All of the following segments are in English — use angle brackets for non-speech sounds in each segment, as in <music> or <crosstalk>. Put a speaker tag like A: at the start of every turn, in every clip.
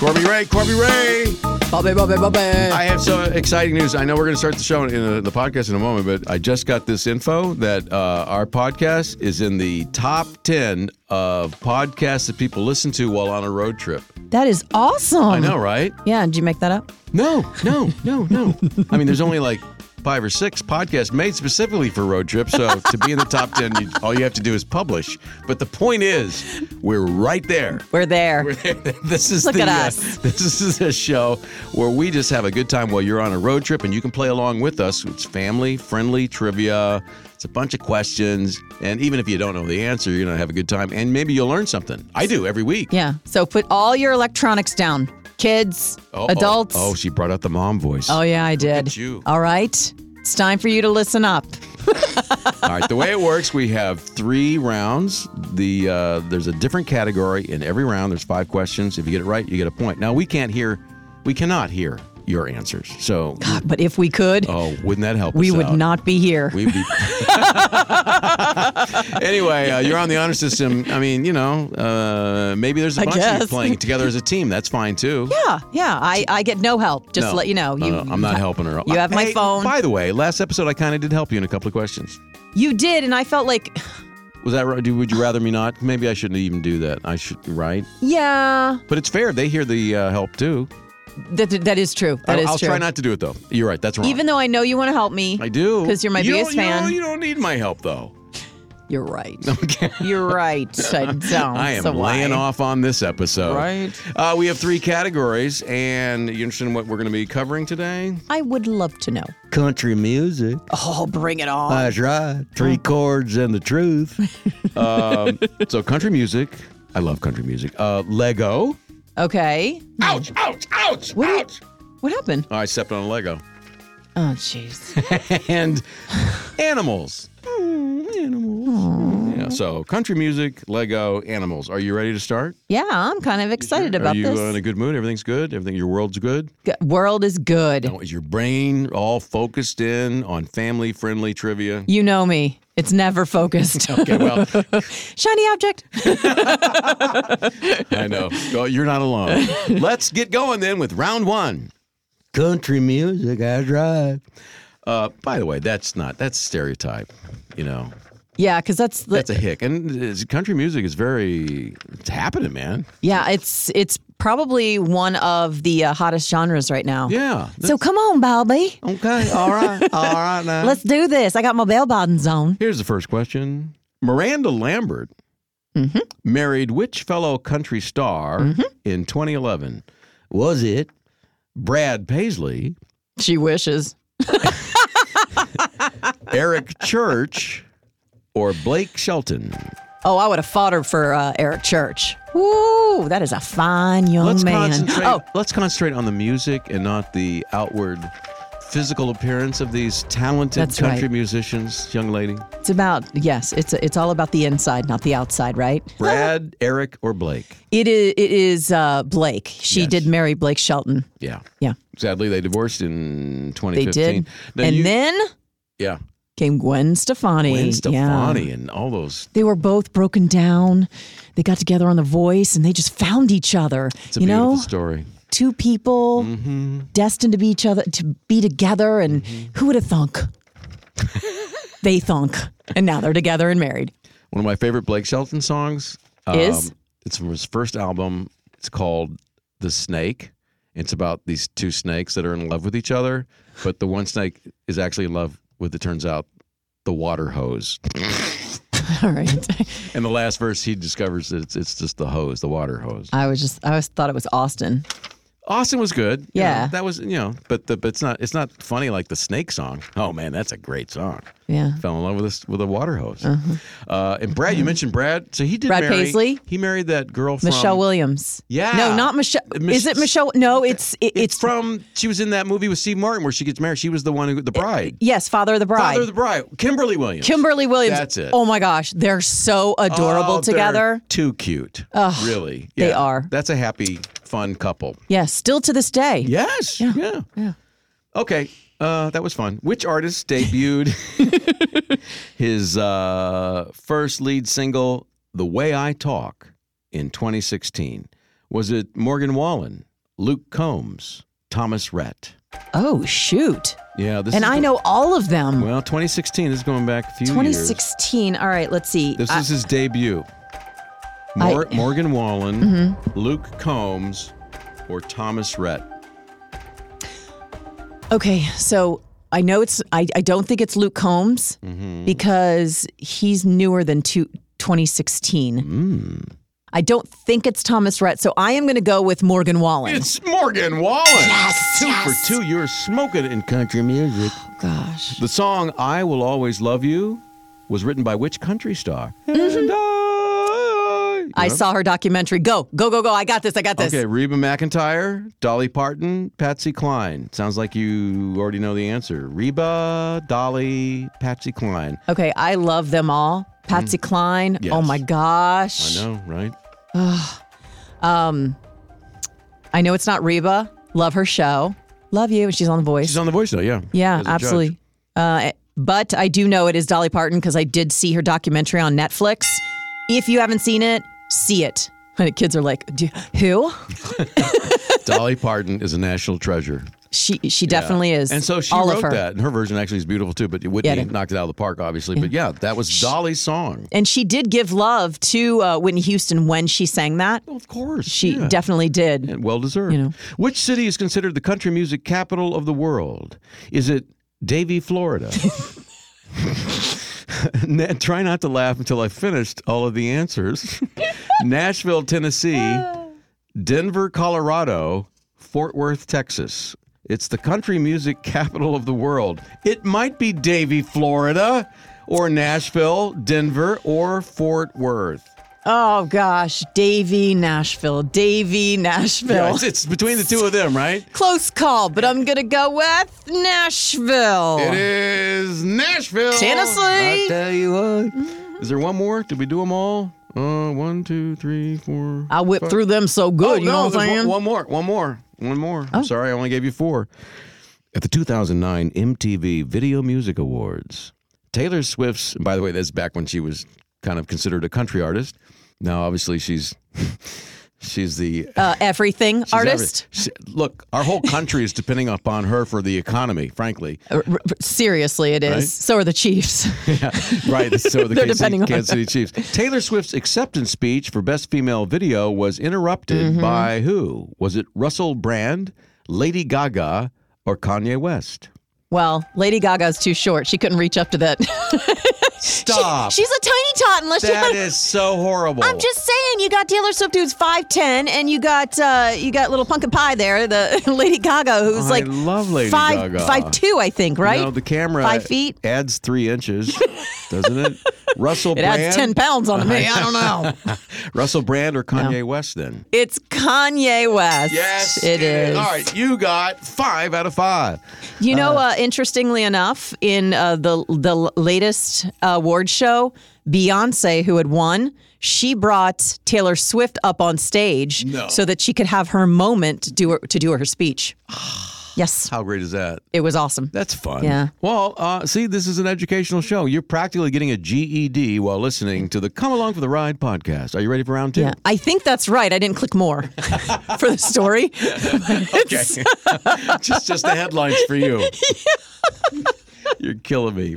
A: Corby Ray, Corby Ray.
B: Bobby, Bobby, Bobby.
A: I have some exciting news. I know we're going to start the show in the, the podcast in a moment, but I just got this info that uh, our podcast is in the top 10 of podcasts that people listen to while on a road trip.
B: that is awesome.
A: I know, right?
B: Yeah, did you make that up?
A: No, no, no, no. I mean, there's only like five or six podcasts made specifically for road trips. So to be in the top 10, you, all you have to do is publish. But the point is, we're right there.
B: We're there.
A: We're there. <laughs> This is
B: Look
A: the,
B: at
A: uh, <laughs>
B: us.
A: this is a show where we just have a good time while you're on a road trip, and you can play along with us. It's family friendly trivia. It's a bunch of questions, and even if you don't know the answer, you're gonna have a good time, and maybe you'll learn something. I do every week.
B: yeah. So put all your electronics down. Kids,
A: Uh-oh.
B: adults.
A: Oh, she brought out the mom voice.
B: Oh, yeah, I
A: at
B: did.
A: you.
B: All right. It's time for you to listen up.
A: All right, the way
B: <laughs>
A: it works, we have three rounds. The uh, there's a different category in every round. There's five questions. If you get it right, you get a point. Now we can't hear, we cannot hear your answers. So,
B: But if we could,
A: oh, wouldn't that help?
B: we
A: us
B: would
A: out?
B: not be here.
A: We'd be. <laughs> anyway, uh, you're on the honor system. I mean, you know, uh, maybe there's a
B: I
A: bunch of you
B: guess.
A: playing together as a team. That's fine too.
B: yeah, yeah. I, I get no help. Just
A: No. Uh-uh.
B: to let you know.
A: No,
B: you,
A: no, I'm not helping her.
B: you have my
A: Hey,
B: phone.
A: By the way, last episode I kind of did help you in a couple of questions.
B: You did, and I felt like,
A: Was that right? Would you rather me not? Maybe I shouldn't even do that. I should, right?
B: yeah,
A: But it's fair. They hear the uh, help too.
B: that, that is true. That
A: I'll,
B: is
A: I'll
B: true.
A: try not to do it though. You're right. That's wrong.
B: Even though I know you want to help me,
A: I do
B: 'Cause you're my
A: you
B: biggest
A: don't- you
B: fan.
A: don't- You don't need my help though.
B: you're right.
A: <laughs> Okay.
B: You're right. I don't.
A: <laughs> I am
B: so why?
A: laying off on this episode.
B: Right.
A: Uh, we have three categories, and you interested in what we're going to be covering today?
B: I would love to know.
A: Country music.
B: Oh, bring it on.
A: That's right. Three chords and the
B: <laughs>
A: truth. um, so country music. I love country music. Uh, Lego.
B: Okay.
A: Ouch! Ouch! Ouch!
B: What do you-
A: ouch!
B: What happened?
A: I stepped on a Lego. <laughs>
B: Oh, jeez.
A: and animals. Mm, animals. Yeah, so country music, Lego, animals. Are you ready to start?
B: <laughs> yeah, I'm kind of excited
A: Are
B: about
A: you
B: this.
A: uh, in a good mood? Everything's good. Everything. Your world's good.
B: G- World is good.
A: Now, Is your brain all focused in on family-friendly trivia?
B: <laughs> You know me. It's never
A: <laughs>
B: focused.
A: Okay, well,
B: <laughs> Shiny object.
A: I know. Oh, You're not
B: <laughs>
A: alone. Let's get going then with round one. Country music, I drive. Uh, by the way, that's not that's stereotype. You know,
B: Yeah, because that's the.
A: that's a hick. And it's- country music is very it's happening, man.
B: yeah, it's it's probably one of the uh, hottest genres right now.
A: Yeah.
B: So come on, Bobby.
A: Okay. All right. All
B: <laughs>
A: right. Now.
B: Let's do this. I got my bell bottoms on.
A: Here's the first question. Miranda Lambert
B: Mm-hmm.
A: married which fellow country star in 2011? Was it Brad Paisley,
B: She wishes. <laughs>
A: Eric Church, or Blake Shelton?
B: Oh, I would have fought her for uh, Eric Church. Ooh, that is a fine young
A: Let's
B: man.
A: concentrate.
B: Oh,
A: Let's concentrate on the music and not the outward physical appearance of these talented
B: That's
A: country
B: right. Uh-huh.
A: musicians, young lady.
B: it's about yes. It's it's all about the inside, not the outside, right?
A: Brad, Eric, or Blake?
B: It is. It is uh, Blake. She
A: Yes.
B: did marry Blake Shelton.
A: Yeah.
B: Yeah,
A: Sadly, they divorced in 2015.
B: they did.
A: Now,
B: and
A: you-
B: then
A: yeah,
B: came Gwen Stefani.
A: Gwen
B: Yeah.
A: Stefani and all those.
B: They were both broken down. They got together on The Voice, and they just found each other.
A: It's a
B: you
A: beautiful Mm-hmm.
B: know,
A: story.
B: two people destined to be each other to be together, and
A: Mm-hmm.
B: who would
A: <laughs>
B: have thunk? they thunk, and now they're together and married. <laughs>
A: One of my favorite Blake Shelton songs um,
B: Is?
A: It's from his first album. It's called The Snake. It's about these two snakes that are in love with each other, but the one snake is actually in love with, it turns out, the water hose.
B: All right.
A: And the last verse, he discovers that it's, it's just the hose, the water hose.
B: I was just I was thought it was Austin.
A: Austin was good. you
B: Yeah.
A: know, that was you know, but the but it's not it's not funny like the Snake song. Oh man, that's a great song.
B: Yeah.
A: Fell in love with this with a water hose. Uh, and Brad, you mentioned Brad. So he did.
B: Uh-huh. Brad
A: marry-
B: Paisley?
A: He married that girl from
B: Michelle Williams.
A: Yeah.
B: No, not Michelle.
A: Mich-
B: is it Michelle? No, it's it,
A: It's, from she was in that movie with Steve Martin where she gets married. She was the one who the bride.
B: yes, Father of the Eh, Bride.
A: Father of the bride, Kimberly Williams.
B: Kimberly Williams.
A: That's it.
B: Oh my gosh, they're so adorable
A: Oh, they're
B: together.
A: Too cute. really.
B: they
A: Yeah.
B: are.
A: That's a happy, fun couple.
B: Yeah, still to this day.
A: Yes. Yeah. Yeah. Okay. Uh, that was fun. Which artist debuted
B: <laughs>
A: his uh, first lead single, The Way I Talk, in 2016? Was it Morgan Wallen, Luke Combs, Thomas Rhett?
B: Oh shoot.
A: Yeah. This
B: And
A: is
B: I
A: the-
B: know all of them.
A: Well, 2016 this is going back a few years.
B: 2016. All right, let's see. Uh,
A: This
B: I-
A: is his debut. Mor- Morgan Wallen,
B: Mm-hmm.
A: Luke Combs, or Thomas Rhett.
B: okay, so I know it's. I, I don't think it's Luke Combs
A: Mm-hmm.
B: because he's newer than two, 2016.
A: Hmm.
B: I don't think it's Thomas Rhett. So I am going to go with Morgan Wallen.
A: It's Morgan Wallen.
B: Yes,
A: two
B: yes.
A: for two. You're smoking in country music.
B: Gosh.
A: The song "I Will Always Love You" was written by which country star? And I- You
B: Mm-hmm. I
A: know?
B: saw her documentary. Go, go, go, go. I got this. I got this.
A: Okay, Reba McIntyre, Dolly Parton, Patsy Cline. Sounds like you already know the answer. Reba, Dolly, Patsy Cline.
B: Okay, I love them all. Patsy Cline. Oh
A: Mm. Yes.
B: my gosh.
A: I know, right?
B: I know it's not Reba. Love her show. Love you. She's on The Voice.
A: She's on the voice though, yeah.
B: yeah,
A: As a judge.
B: absolutely. Uh, but I do know it is Dolly Parton because I did see her documentary on Netflix. If you haven't seen it, see it. <laughs> And kids are like, "Do- "Who?"
A: Dolly Parton is a national treasure.
B: She she definitely is.
A: And so she
B: all
A: wrote
B: of her.
A: that, and her version actually is beautiful too. But Whitney
B: Yeah, it-
A: knocked it out of the park, obviously. But yeah, that was Dolly's song.
B: And she did give love to uh, Whitney Houston when she sang that.
A: Well, of course,
B: She
A: yeah.
B: definitely did.
A: and well deserved.
B: You know.
A: Which city is considered the country music capital of the world? Is it Davie,
B: <laughs>
A: Florida? Na- Try not to laugh until I finished all of the
B: <laughs>
A: answers. Nashville, Tennessee,
B: Oh.
A: Denver, Colorado, Fort Worth, Texas. It's the country music capital of the world. It might be Davie, Florida, or Nashville, Denver, or Fort Worth.
B: Oh gosh, Davy Nashville, Davy Nashville.
A: Yeah, it's, it's between the two of them, right?
B: Close call, but I'm gonna go with Nashville.
A: It is Nashville,
B: Oh. Tennessee.
A: I tell you what. Is there one more? Did we do them all? Uh, one, two, three, four.
B: I whipped through them so good,
A: Oh,
B: you
A: no,
B: know what I'm
A: there's
B: saying? Oh.
A: One, one more. One more. One more. I'm sorry, I only gave you four. At the 2009 MTV Video Music Awards, Taylor Swift's. and By the way, that's back when she was kind of considered a country artist. Now, obviously, she's <laughs> she's the
B: uh, everything
A: She's
B: artist.
A: every- she- look, our whole country is depending upon her for the economy, frankly.
B: Uh, R- r- seriously, it is.
A: Right?
B: So are the Chiefs. <laughs>
A: Right. So the
B: They're
A: Kansas,
B: depending on
A: Kansas City Chiefs. Taylor Swift's acceptance speech for Best Female Video was interrupted
B: Mm-hmm.
A: by who? Was it Russell Brand, Lady Gaga, or Kanye West?
B: well, Lady Gaga's too short. She couldn't reach up to that.
A: Stop.
B: <laughs> She's a tiny tot unless she.
A: Ah. that is so horrible.
B: I'm just saying, you got Taylor Swift who's five ten, and you got uh, you got little pumpkin pie there, the <laughs> Lady Gaga who's
A: I
B: like
A: love Lady
B: five
A: Gaga.
B: five two, I think, right?
A: No, the camera
B: Five feet?
A: adds three
B: <laughs>
A: inches, doesn't it? Russell
B: it
A: Brand.
B: adds ten pounds on me. I don't
A: <laughs>
B: know.
A: Russell Brand or Kanye West then?
B: It's Kanye West.
A: Yes,
B: it is.
A: All right, you got five out of five.
B: You know,
A: Uh-huh.
B: uh, interestingly enough, in uh, the the latest uh, award show, Beyonce, who had won, she brought Taylor Swift up on stage
A: No.
B: so that she could have her moment to do her, to do
A: <sighs>
B: her speech. yes,
A: How great is that?
B: it was awesome.
A: That's fun.
B: Yeah.
A: Well, uh, see, this is an educational show. You're practically getting a GED while listening to the Come Along for the Ride podcast. Are you ready for round two?
B: Yeah, I think that's right. I didn't
A: <laughs>
B: click more for the story.
A: Okay. <laughs> just, just the headlines for you. You're killing me.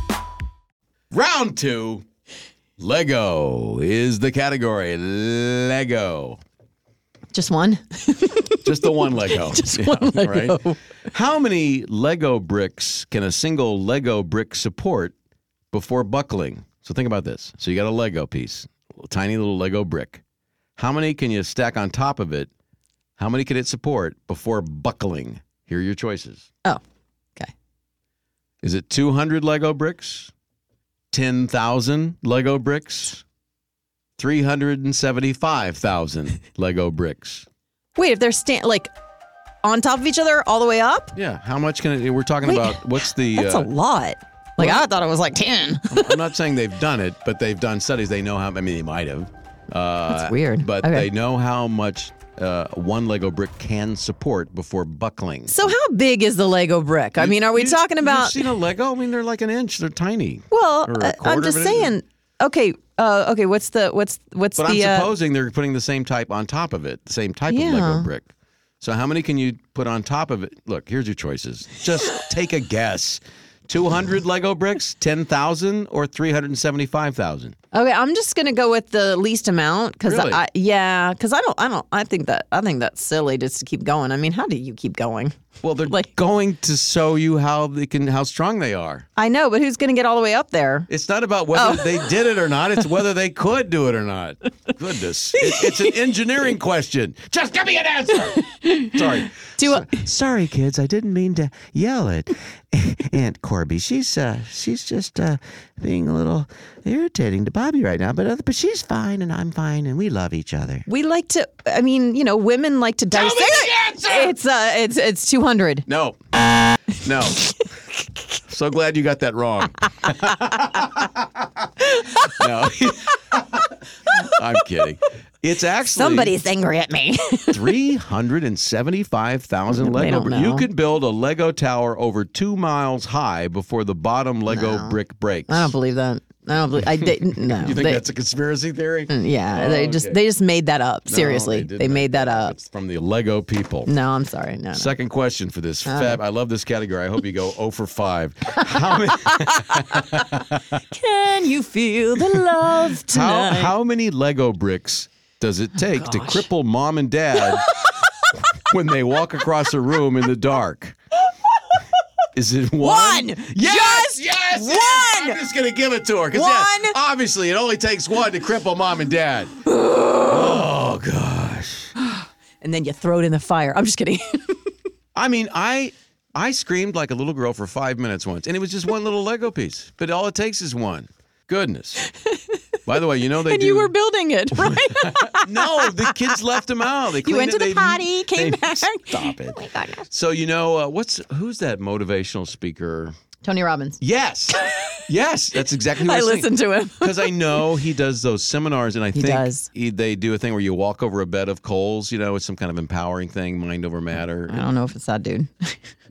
A: Round two. Lego is the category. Lego.
B: <laughs> Just one.
A: Just the one Lego.
B: <laughs> Just one Lego.
A: Right? How many Lego bricks can a single Lego brick support before buckling? So think about this. So you got a Lego piece, a tiny little Lego brick. How many can you stack on top of it? How many can it support before buckling? Here are your choices.
B: Oh, okay.
A: Is it 200 Lego bricks? 10,000 Lego bricks? 375,000 Lego bricks?
B: Wait, if they're stand like on top of each other all the way up,
A: Yeah, how much can it? We're talking
B: Wait,
A: about what's the.
B: <laughs> that's
A: uh,
B: a lot. Like I thought it was like ten.
A: I'm not saying they've done it, but they've done studies. They know how. I mean, they might have. Uh,
B: That's weird.
A: But
B: Okay.
A: they know how much uh, one Lego brick can support before buckling.
B: so how big is the Lego brick? I mean, are we
A: You-
B: talking
A: You've
B: about?
A: seen a Lego? I mean, they're like an inch. They're tiny.
B: Well,
A: or a
B: uh,
A: quarter
B: I'm
A: of
B: just
A: an inch.
B: saying. Okay, uh, okay. What's the what's what's
A: But
B: the?
A: I'm
B: uh,
A: supposing they're putting the same type on top of it, the same type of Lego
B: Yeah.
A: brick. So how many can you put on top of it? Look, here's your choices.
B: <laughs>
A: Just take a guess. 200 Lego bricks, 10,000 or 375,000?
B: okay, I'm just gonna go with the least amount because
A: Really?
B: I yeah because I don't I don't I think that I think that's silly just to keep going. I mean, how do you keep going?
A: Well, they're
B: Like-
A: going to show you how they can how strong they are.
B: I know, but who's gonna get all the way up there?
A: It's not about whether they did it or not. It's whether they could do it or not. Goodness. It- it's an engineering question. Just give me an answer. Sorry.
B: Do I,
C: Sorry, kids, I didn't mean to yell at Aunt Corby. She's uh, she's just uh, being a little irritating to Bobby right now. But other, but she's fine, and I'm fine, and we love each other.
B: we like to? I mean, you know, women like to dissect. It's uh, it's it's two hundred.
A: No. No. so glad you got that wrong. no. I'm kidding. It's actually
B: Somebody's <laughs> angry
A: <laughs>
B: at me.
A: 375,000
B: They
A: Lego
B: don't
A: bricks. You
B: know.
A: could build a Lego tower over two miles high before the bottom Lego brick breaks.
B: I don't believe that. I don't believe. Mm. I didn't. No.
A: you think
B: They-
A: that's a conspiracy theory?
B: Yeah, they just
A: Oh, okay.
B: they just made that up.
A: No,
B: Seriously,
A: did
B: they
A: make
B: made that up.
A: It's from the Lego people.
B: No, I'm sorry. No, no.
A: Second question for this. Feb, I love this category. I hope you go 0 for 5. How many,
B: Can you
A: <laughs>
B: feel the love
A: how,
B: tonight?
A: how many Lego bricks does it take to
B: gosh.
A: cripple mom and
B: <laughs>
A: dad when they walk across a room in the dark? Is it one?
B: One!
A: Yes!
B: Just
A: yes!
B: one!
A: yes! I'm just going to give it to her. 'cause, yes,
B: One!
A: obviously, it only takes one to cripple mom and
B: <sighs>
A: dad. oh, gosh.
B: and then you throw it in the fire. I'm just kidding. <laughs>
A: I mean, I I screamed like a little girl for five minutes once, and it was just one little Lego piece. But all it takes is one. Goodness. By the way, you know they
B: <laughs> and
A: do.
B: you were
A: <laughs>
B: building it, right?
A: no, the kids left them out. They
B: you
A: cleaned
B: went
A: it,
B: to
A: they-
B: the potty,
A: <laughs>
B: came
A: they-
B: back. Oh
A: Stop it. so you know uh, what's who's that motivational speaker?
B: Tony Robbins.
A: Yes, yes, that's exactly. What
B: I listened to him.
A: because I know he does those seminars, and I think
B: does.
A: he- they do a thing where you walk over a bed of coals. You know, it's some kind of empowering thing, mind over matter.
B: I don't know if it's
A: <laughs>
B: that dude.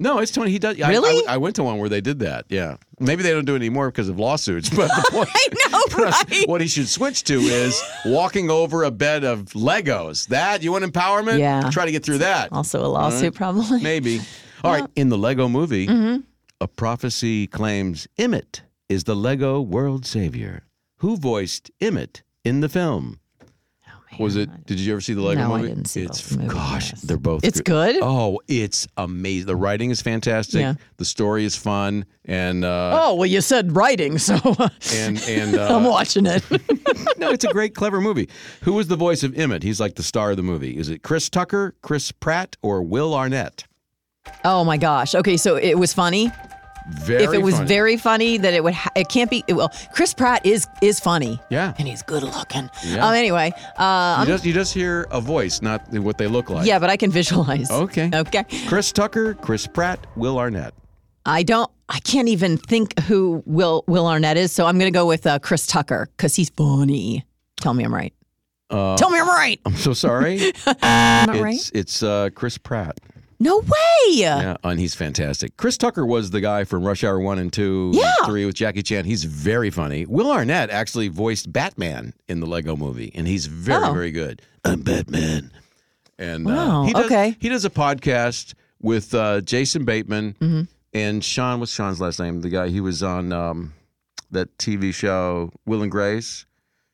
A: No, it's Tony. He does.
B: Really?
A: I, I, I went to one where they did that. Yeah. Maybe they don't do it anymore because of lawsuits. <laughs> But the point,
B: <laughs> I know, <laughs> right?
A: what he should switch to is walking over a bed of Legos. That you want empowerment?
B: Yeah.
A: Try to get through that.
B: Also a lawsuit, probably.
A: Maybe. All right. In the Lego movie,
B: Mm-hmm.
A: a prophecy claims Emmett is the Lego world savior. Who voiced Emmett in the film? Was it? Did you ever see the Lego
B: Oh, No, I
A: movie?
B: didn't see
A: it's
B: both movies,
A: gosh,
B: yes.
A: they're both.
B: It's good?
A: Oh, it's amazing. The writing is fantastic.
B: Yeah.
A: The story is fun, and uh,
B: Oh well, you said writing, so <laughs>
A: and and
B: I'm
A: uh, <laughs>
B: watching it. <laughs>
A: no, it's a great, clever movie. Who was the voice of Emmett? He's like the star of the movie. Is it Chris Tucker, Chris Pratt, or Will Arnett?
B: oh my gosh. Okay, so it was funny.
A: Very.
B: if it was
A: funny.
B: very funny, then it would. Ha- it can't be. Well, Chris Pratt is is funny.
A: Yeah.
B: and he's good looking.
A: Yeah.
B: Um, anyway, uh,
A: You just you just hear a voice, not what they look like.
B: yeah, but I can visualize.
A: Okay.
B: Okay.
A: Chris Tucker, Chris Pratt, Will Arnett.
B: I don't. I can't even think who Will Will Arnett is. So I'm gonna go with uh, Chris Tucker because he's funny. Tell me I'm right.
A: Uh,
B: Tell me I'm right.
A: I'm so sorry.
B: I'm <laughs> not
A: it's
B: right.
A: it's uh, Chris Pratt.
B: No way.
A: Yeah, and he's fantastic. Chris Tucker was the guy from Rush Hour One and Two,
B: Yeah.
A: Three with Jackie Chan. He's very funny. Will Arnett actually voiced Batman in the Lego Movie, and he's very
B: Oh.
A: very good. I'm Batman. And uh,
B: Wow,
A: he does,
B: okay.
A: he does a podcast with uh, Jason Bateman
B: Mm-hmm.
A: and Sean. What's Sean's last name? The guy he was on um, that TV show Will and Grace.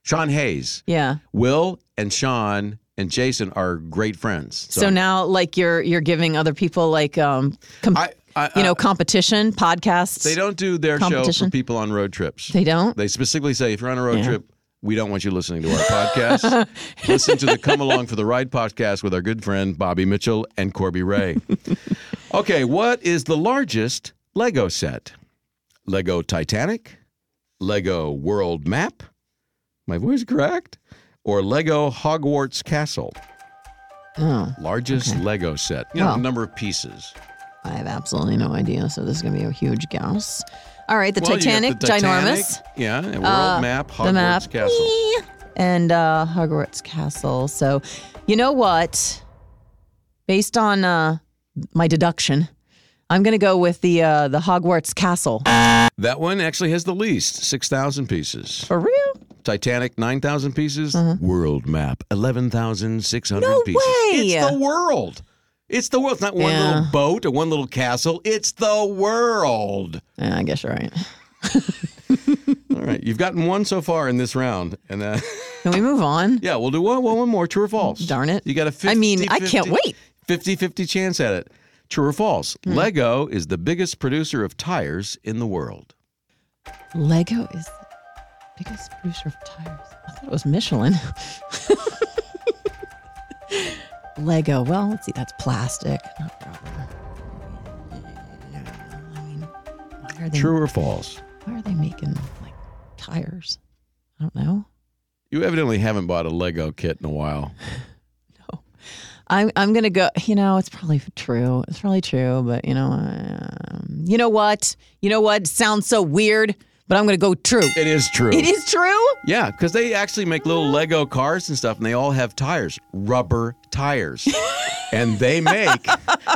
A: Sean Hayes.
B: Yeah.
A: Will and Sean and Jason are great friends.
B: So, now, like you're you're giving other people like um, com-
A: I, I,
B: you know
A: I-
B: competition podcasts.
A: they don't do their show for
B: competition.
A: people on road trips.
B: They don't.
A: They specifically say if you're on a road trip, we don't want you listening to our
B: <laughs>
A: podcast. Listen to the Come Along for the Ride podcast with our good friend Bobby Mitchell and Corby
B: <laughs>
A: Ray. okay, what is the largest Lego set? Lego Titanic, Lego World Map, my voice cracked, or Lego Hogwarts Castle?
B: Oh,
A: Largest Lego set. You know,
B: Wow.
A: number of pieces.
B: I have absolutely no idea. So this is gonna be a huge guess. All right, the,
A: Well, you got
B: Titanic,
A: the Titanic,
B: ginormous,
A: Yeah, and World
B: Uh,
A: Map, Hogwarts
B: the map,
A: Castle.
B: eh, and uh, Hogwarts Castle. So, you know what? Based on uh, my deduction, I'm gonna go with the uh, the Hogwarts Castle.
A: That one actually has the least, 6,000 pieces.
B: For real?
A: Titanic, 9,000 pieces. World map, 11,600
B: Mm-hmm. No
A: pieces. It's
B: way!
A: the world. It's the world. It's not one
B: Yeah.
A: little boat or one little castle. It's the world.
B: Yeah, I guess you're right.
A: All right. You've gotten one so far in this round. And uh, <laughs>
B: Can we move on?
A: yeah, we'll do one, one, one more. True or false?
B: Darn it.
A: You got a 50
B: I mean, I can't wait. Hmm.
A: 50 50 chance at it. True or false? Lego is the biggest producer of tires in the world.
B: Lego is the biggest producer of tires. I thought it was Michelin. <laughs> Lego. Well, let's see. That's plastic, not rubber. I mean, why are they,
A: True or false?
B: Why are they making like tires? I don't know.
A: You evidently haven't bought a Lego kit in a while.
B: I'm I'm gonna go. You know, it's probably true. It's probably true. But you know, um, you know what? You know what? Sounds so weird, but I'm gonna go true.
A: It is true.
B: It is true.
A: Yeah, because they actually make little Lego cars and stuff, and they all have tires, rubber
B: <laughs>
A: tires. and they make,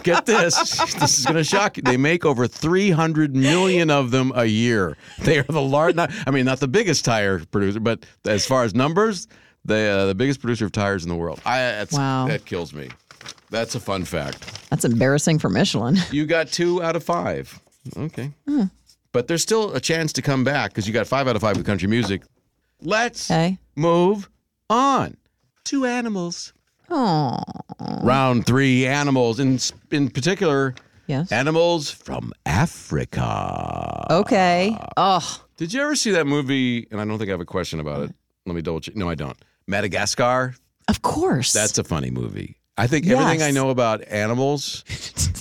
A: get this, <laughs> this is going to shock you. They make over 300 million of them a year. They are the large, not, I mean, not the biggest tire producer, but as far as numbers, they, uh, the biggest producer of tires in the world. I, that's,
B: Wow.
A: That kills me. That's a fun fact.
B: That's embarrassing for Michelin.
A: You got two out of five. Okay.
B: Hmm.
A: But there's still a chance to come back because you got five out of five with country music. Let's
B: Okay.
A: move on. Two animals.
B: Oh,
A: Round three animals, in, in particular,
B: yes.
A: animals from Africa.
B: Okay. Oh,
A: Did you ever see that movie? And I don't think I have a question about it. Let me double check. No, I don't. Madagascar?
B: of course.
A: That's a funny movie. I think everything
B: Yes.
A: I know about animals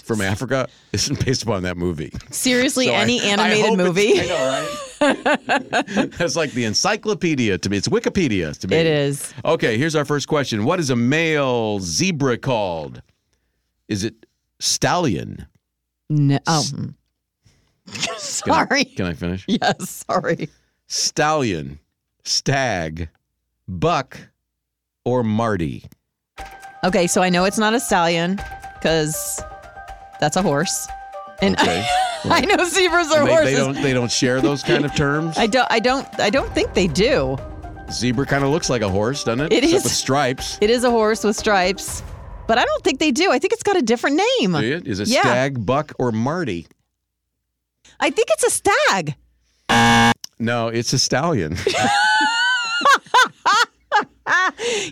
A: from Africa isn't based upon that movie.
B: <laughs> seriously
A: So I-
B: any
A: <laughs> I
B: animated
A: hope it's-
B: movie.
A: I know,
B: <laughs>
A: right? That's like the encyclopedia to me. It's Wikipedia to me.
B: It is.
A: Okay, here's our first question. What is a male zebra called? Is it stallion?
B: No. Oh. mm.
A: Can I-
B: <laughs> sorry.
A: Can I finish?
B: Yes. Sorry.
A: Stallion, stag, buck, or Marty?
B: Okay. So I know it's not a stallion because that's a horse, and <laughs>
A: Okay.
B: I know zebras are
A: And they,
B: horses.
A: they don't they don't share those kind
B: <laughs>
A: of terms.
B: I don't. I don't. I don't think they do.
A: Zebra kind of looks like a horse, doesn't it?
B: It
A: Except
B: is.
A: with stripes.
B: It is a horse with stripes, but I don't think they do. I think it's got a different name.
A: Do you? Is it
B: Yeah.
A: stag, buck, or Marty?
B: I think it's a stag.
A: No, it's a
B: <laughs>
A: stallion.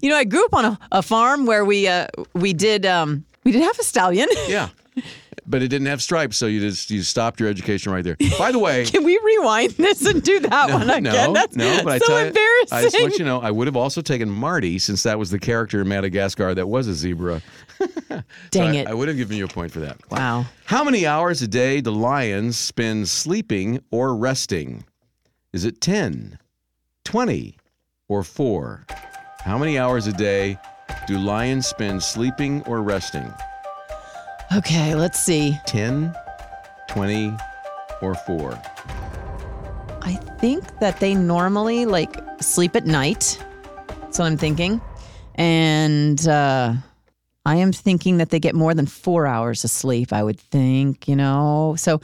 B: You know, I grew up on a, a farm where we uh, we did um, we did have a stallion. <laughs>
A: yeah. But it didn't have stripes, so you just you stopped your education right there. By the
B: <laughs>
A: way,
B: Can we rewind this and do that one
A: <laughs>
B: again?
A: No,
B: That's
A: no, but I
B: so
A: tell you, I just
B: embarrassing.
A: want you to know, I would have also taken Marty since that was the character in Madagascar that was a zebra. So I-
B: Dang it.
A: I would have given you a point for that.
B: wow.
A: How many hours a day do lions spend sleeping or resting? Is it 10, 20, or 4? How many hours a day do lions spend sleeping or resting?
B: Okay, let's see.
A: 10, 20, or 4?
B: I think that they normally like sleep at night. That's what I'm thinking. And uh, I am thinking that they get more than four hours of sleep, I would think, you know? So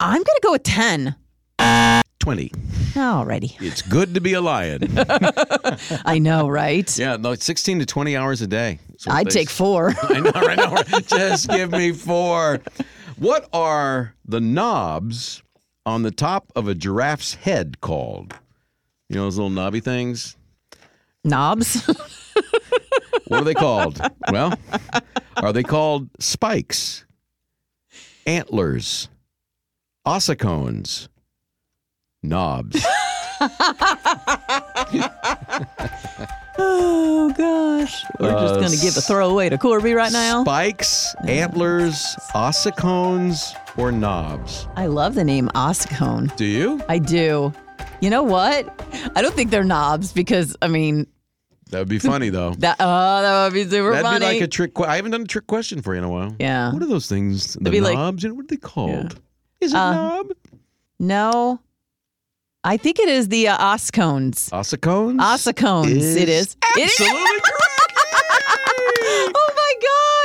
B: I'm going to go with 10.
A: 20.
B: Alrighty.
A: It's good to be a lion.
B: I know, right?
A: <laughs> yeah, no, 16 to 20 hours a day. That's what
B: I'd
A: they
B: take four. <laughs>
A: I know, <laughs> right now. Just give me four. What are the knobs on the top of a giraffe's head called? You know those little knobby things? <laughs>
B: Knobs.
A: What are they
B: <laughs>
A: called? well, are they called spikes, antlers, ossicones,
B: <laughs>
A: knobs?
B: oh gosh. We're just
A: Uh,
B: gonna give a throwaway to Corby right now.
A: Spikes, antlers, ossicones, or knobs?
B: I love the name Oscone.
A: Do you?
B: I do. You know what? I don't think they're knobs because I mean
A: That would be funny
B: <laughs>
A: though.
B: that oh that would be super
A: That'd
B: funny.
A: be like a trick. que- I haven't done a trick question for you in a while.
B: Yeah.
A: What are those things? The
B: be like-
A: knobs? You know, what are they called? Is it
B: Uh,
A: knob?
B: no. I think it is the uh, Oscones.
A: Ossicones?
B: Ossicones. it is. It is. <laughs>
A: Absolutely correct.
B: Oh my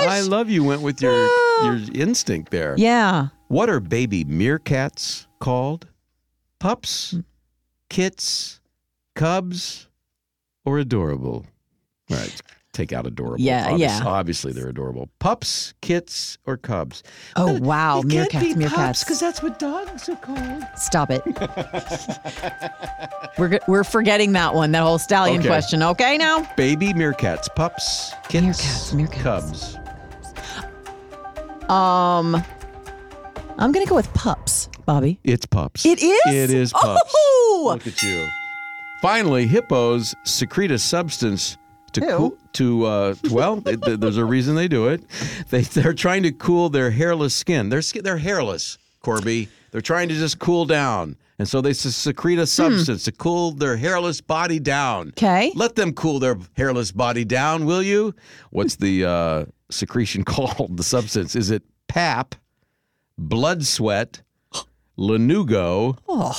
B: gosh.
A: I love you went with your your instinct there.
B: yeah.
A: What are baby meerkats called? Pups,
B: Hmm.
A: kits, cubs, or adorable? All right, take out adorable.
B: Yeah,
A: Obvious-
B: yeah.
A: Obviously, they're adorable. Pups, kits, or cubs.
B: Oh
A: But
B: wow,
A: it
B: meerkats,
A: can't be
B: meerkats.
A: because that's what dogs are called. <laughs>
B: Stop it. we're go- we're forgetting that one, that whole stallion
A: Okay.
B: question. Okay, now
A: Baby meerkats, pups, kits,
B: Meerkats, meerkats.
A: cubs.
B: um, I'm gonna go with pups, Bobby.
A: It's pups.
B: It is.
A: It is pups.
B: Oh,
A: Look at you. Finally, hippos secrete a substance to
B: Ew.
A: cool, to uh, well, th- th- there's a reason they do it. They they're trying to cool their hairless skin. They're they're hairless, Corby. They're trying to just cool down, and so they s- secrete a
B: Hmm.
A: substance to cool their hairless body down.
B: okay.
A: Let them cool their hairless body down, will you? What's the uh, secretion <laughs> called? The substance is it pap, blood sweat, lanugo,
B: Oh,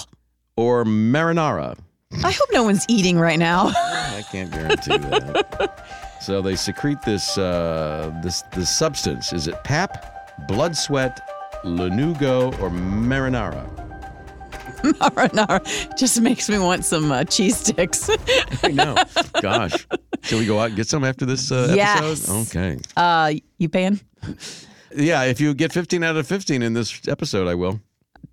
A: or marinara?
B: I hope no one's eating right now. <laughs>
A: I can't guarantee that. <laughs> so they secrete this uh, this this substance. Is it pap, blood sweat, lanugo, or marinara?
B: <laughs> Marinara just makes me want some uh, cheese sticks. <laughs>
A: I know. Gosh, shall we go out and get some after this uh,
B: Yes.
A: episode? Okay.
B: uh, you paying?
A: Yeah, if you get 15 out of 15 in this episode, I will.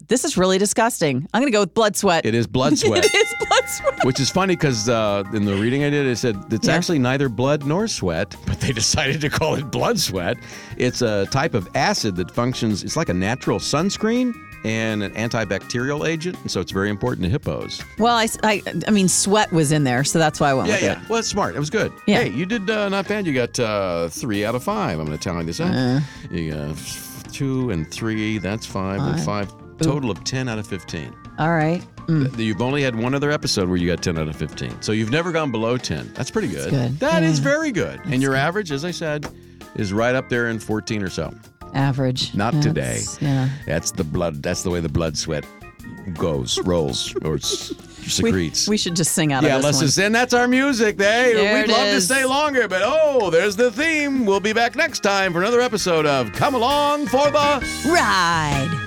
B: This is really disgusting. I'm gonna go with blood sweat. <laughs>
A: It is blood sweat, <laughs>
B: it is blood sweat.
A: which is funny because uh, in the reading I did, it said it's
B: Yeah.
A: actually neither blood nor sweat, <laughs> but they decided to call it blood sweat. It's a type of acid that functions, it's like a natural sunscreen and an antibacterial agent. And so it's very important to hippos.
B: Well, I, s- I- I mean, sweat was in there, so that's why I went
A: Yeah,
B: with
A: yeah. Well, it's smart. It was good.
B: Yeah.
A: Hey, you did uh, not bad. You got uh, three out of five. I'm going to tally this up. You got f- two and three. That's five, and five. Total of 10 out of 15.
B: it. All right.
A: Th- You've only had one other episode where you got 10 out of 15. So you've never gone below 10. That's pretty good. That is
B: good.
A: very good. and your average, as I said, is right up there in 14 or so.
B: Average.
A: Not today.
B: That's- Yeah.
A: That's the blood. That's the way the blood sweat goes, rolls, or s- secretes.
B: <laughs> We should just sing out
A: yeah,
B: of this
A: let's
B: one.
A: just, and that's our music. Hey,
B: There
A: we'd
B: it
A: love to
B: is.
A: stay longer, but oh, there's the theme. We'll be back next time for another episode of Come Along for the
B: ride.